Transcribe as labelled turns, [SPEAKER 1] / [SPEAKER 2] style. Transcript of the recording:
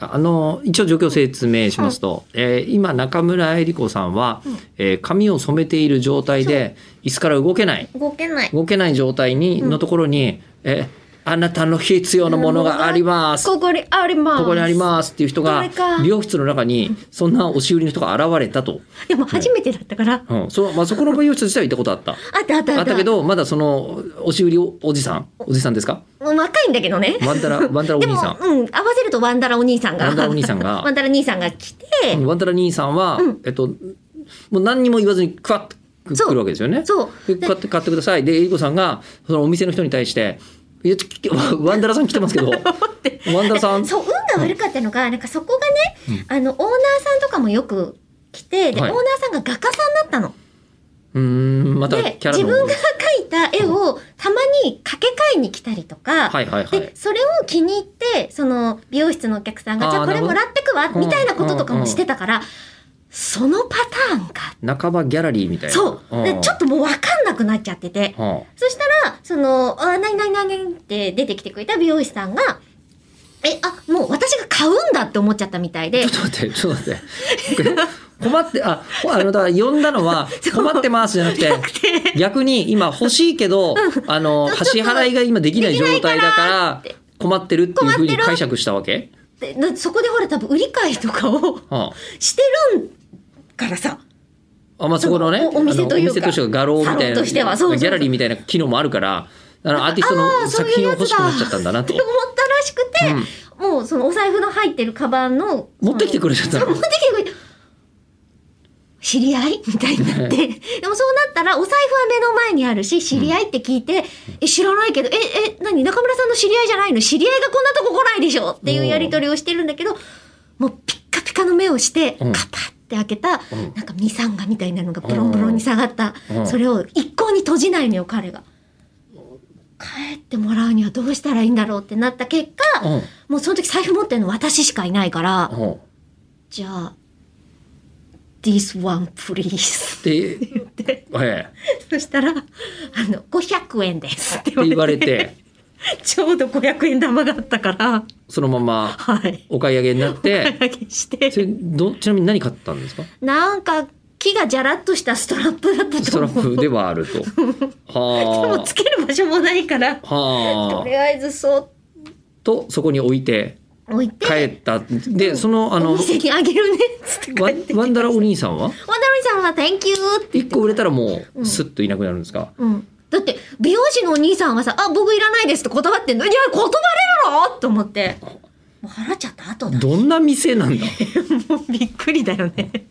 [SPEAKER 1] あの一応状況説明しますと、えー今中村江里子さんは、えー髪を染めている状態で椅子から動けない
[SPEAKER 2] 動けない。
[SPEAKER 1] 動けない状態に、のところに、えーあなたの必要なものがあります。
[SPEAKER 2] ここにあります。
[SPEAKER 1] ここにあり
[SPEAKER 2] す。
[SPEAKER 1] ますっていう人が
[SPEAKER 2] どれか
[SPEAKER 1] 美容室の中にそんな押し売りの人が現れたと、
[SPEAKER 2] でも初めてだったから。
[SPEAKER 1] うんそうまあ、そこの美容室自体は行ったことあった
[SPEAKER 2] あったあった
[SPEAKER 1] あったけ。どまだその押し売りおおじさんおじさんですか
[SPEAKER 2] うん若いんだけどね。
[SPEAKER 1] ワンダラ ワンダラお
[SPEAKER 2] で
[SPEAKER 1] 兄
[SPEAKER 2] も、
[SPEAKER 1] さん
[SPEAKER 2] うん、合わせるとワンダラお兄さんが。
[SPEAKER 1] ワンダラお兄さん が
[SPEAKER 2] ワンダラ兄さんが来て、
[SPEAKER 1] うんワンダラ兄さんは、
[SPEAKER 2] うん
[SPEAKER 1] えっと、もう何にも言わずにクワッとく
[SPEAKER 2] そう
[SPEAKER 1] 来るわけですよね。
[SPEAKER 2] そう
[SPEAKER 1] で
[SPEAKER 2] で
[SPEAKER 1] 買って買ってください。で、えりこさんが、そのお店の人に対して、いやちょきわワンダラさん来てますけ ど、ワンダラさん、
[SPEAKER 2] そう、運が悪かったのが、なんかそこがね、あの、オーナーさんとかもよく来て、で、
[SPEAKER 1] はい
[SPEAKER 2] オーナーさんが画家さんだったの。
[SPEAKER 1] うーん、また
[SPEAKER 2] で、
[SPEAKER 1] キャラ
[SPEAKER 2] 自
[SPEAKER 1] の。
[SPEAKER 2] 分が描いた絵をたまに掛け替えに来たりとか、
[SPEAKER 1] はいはいはい
[SPEAKER 2] で、。それを気に入って、その美容室のお客さんが、
[SPEAKER 1] あー
[SPEAKER 2] じゃあこ
[SPEAKER 1] な
[SPEAKER 2] れ
[SPEAKER 1] るほ
[SPEAKER 2] も
[SPEAKER 1] ど
[SPEAKER 2] らってくわ、
[SPEAKER 1] うん
[SPEAKER 2] みたいなこととかもしてたから、そのパターンか。
[SPEAKER 1] 半ばギャラリーみたいな。
[SPEAKER 2] そう。で、ちょっ
[SPEAKER 1] と。
[SPEAKER 2] ともうわかんなくなっちゃってて。
[SPEAKER 1] は
[SPEAKER 2] そしたら、その、あ、なになになにって出てきてくれた美容師さんが、え、あ、もう私が買うんだって思っちゃったみたいで
[SPEAKER 1] あ、ちょっと待って、ちょっと待って。 困って、あ、ほあの、だから呼んだの は、困ってますじゃなくて、逆に今欲しいけど、あの、
[SPEAKER 2] ち
[SPEAKER 1] 支
[SPEAKER 2] ょっと
[SPEAKER 1] 払いが今できない状態だから
[SPEAKER 2] できないからって、
[SPEAKER 1] 困ってるっていうふう
[SPEAKER 2] 困って
[SPEAKER 1] に
[SPEAKER 2] る
[SPEAKER 1] 解釈したわけ
[SPEAKER 2] でなそこでほら多分売り買いとかを
[SPEAKER 1] は
[SPEAKER 2] してるんからさ。
[SPEAKER 1] あ、あまあ、そこのね、
[SPEAKER 2] おお店
[SPEAKER 1] あの
[SPEAKER 2] というか
[SPEAKER 1] お店としては画廊みたい
[SPEAKER 2] サロン
[SPEAKER 1] な、
[SPEAKER 2] としてはそうそうそう
[SPEAKER 1] ギャラリーみたいな機能もあるから、あのアーティスト
[SPEAKER 2] あー
[SPEAKER 1] の
[SPEAKER 2] そう
[SPEAKER 1] 作
[SPEAKER 2] いう
[SPEAKER 1] 品を
[SPEAKER 2] やつだ
[SPEAKER 1] 欲しくなっちゃったんだな
[SPEAKER 2] って
[SPEAKER 1] と
[SPEAKER 2] 思。ったらしくて、もうそのお財布の入ってるカバンの。
[SPEAKER 1] 持ってきてくれちゃった
[SPEAKER 2] そう
[SPEAKER 1] の
[SPEAKER 2] 持ってきてくれた知り合いみたいになって。でもそうなったら、お財布は目の前にあるし、知り合いって聞いて、え、知らないけど、え、え、何中村さんの知り合いじゃないの知り合いがこんなとこ来ないでしょっていうやりとりをしてるんだけど、もうピッカピカの目をして、カ
[SPEAKER 1] うん
[SPEAKER 2] パって開けた、
[SPEAKER 1] ん
[SPEAKER 2] なんかミサンガみたいなのがブロンブロンに下がった
[SPEAKER 1] う。ん
[SPEAKER 2] それを一向に閉じないのよ、彼が。帰ってもらうにはどうしたらいいんだろうってなった結果、
[SPEAKER 1] うん
[SPEAKER 2] もうその時財布持ってるの私しかいないから、
[SPEAKER 1] うん
[SPEAKER 2] じゃあ、this one please.
[SPEAKER 1] で、ええ、
[SPEAKER 2] そしたら、あの、500円ですって
[SPEAKER 1] って言
[SPEAKER 2] 言わ
[SPEAKER 1] わ
[SPEAKER 2] れ
[SPEAKER 1] れ
[SPEAKER 2] て、
[SPEAKER 1] て、
[SPEAKER 2] ちょうど500円玉があったから、
[SPEAKER 1] そのまま
[SPEAKER 2] はい。
[SPEAKER 1] お買い上げになっ
[SPEAKER 2] お
[SPEAKER 1] て、
[SPEAKER 2] 買い上げして
[SPEAKER 1] それどちなみに何買ったんですか
[SPEAKER 2] なんか、木がじゃらっとしたストラップだった
[SPEAKER 1] ス
[SPEAKER 2] と
[SPEAKER 1] トラ
[SPEAKER 2] 思う。
[SPEAKER 1] ップではあると。
[SPEAKER 2] でも
[SPEAKER 1] は
[SPEAKER 2] つける場所もないから、
[SPEAKER 1] あ。は
[SPEAKER 2] と
[SPEAKER 1] あ。
[SPEAKER 2] りあえずそっ
[SPEAKER 1] と、そこに置いて、
[SPEAKER 2] と置いて、
[SPEAKER 1] 帰った。で、その、あ
[SPEAKER 2] お
[SPEAKER 1] の、
[SPEAKER 2] 店にあげるねっつって帰って。
[SPEAKER 1] ワ
[SPEAKER 2] ワン
[SPEAKER 1] ンワンダラお兄さんは
[SPEAKER 2] ダロリさんは Thank you って言っ
[SPEAKER 1] 一
[SPEAKER 2] て
[SPEAKER 1] 個売れたらもう、スッといなくなるんですか
[SPEAKER 2] うん。だって、美容師のお兄さんはさ、あ、僕いらないですって断ってんのいや、断れるのと思って。もう払っちゃった後だ。
[SPEAKER 1] どんな店なんだ
[SPEAKER 2] もうびっくりだよね。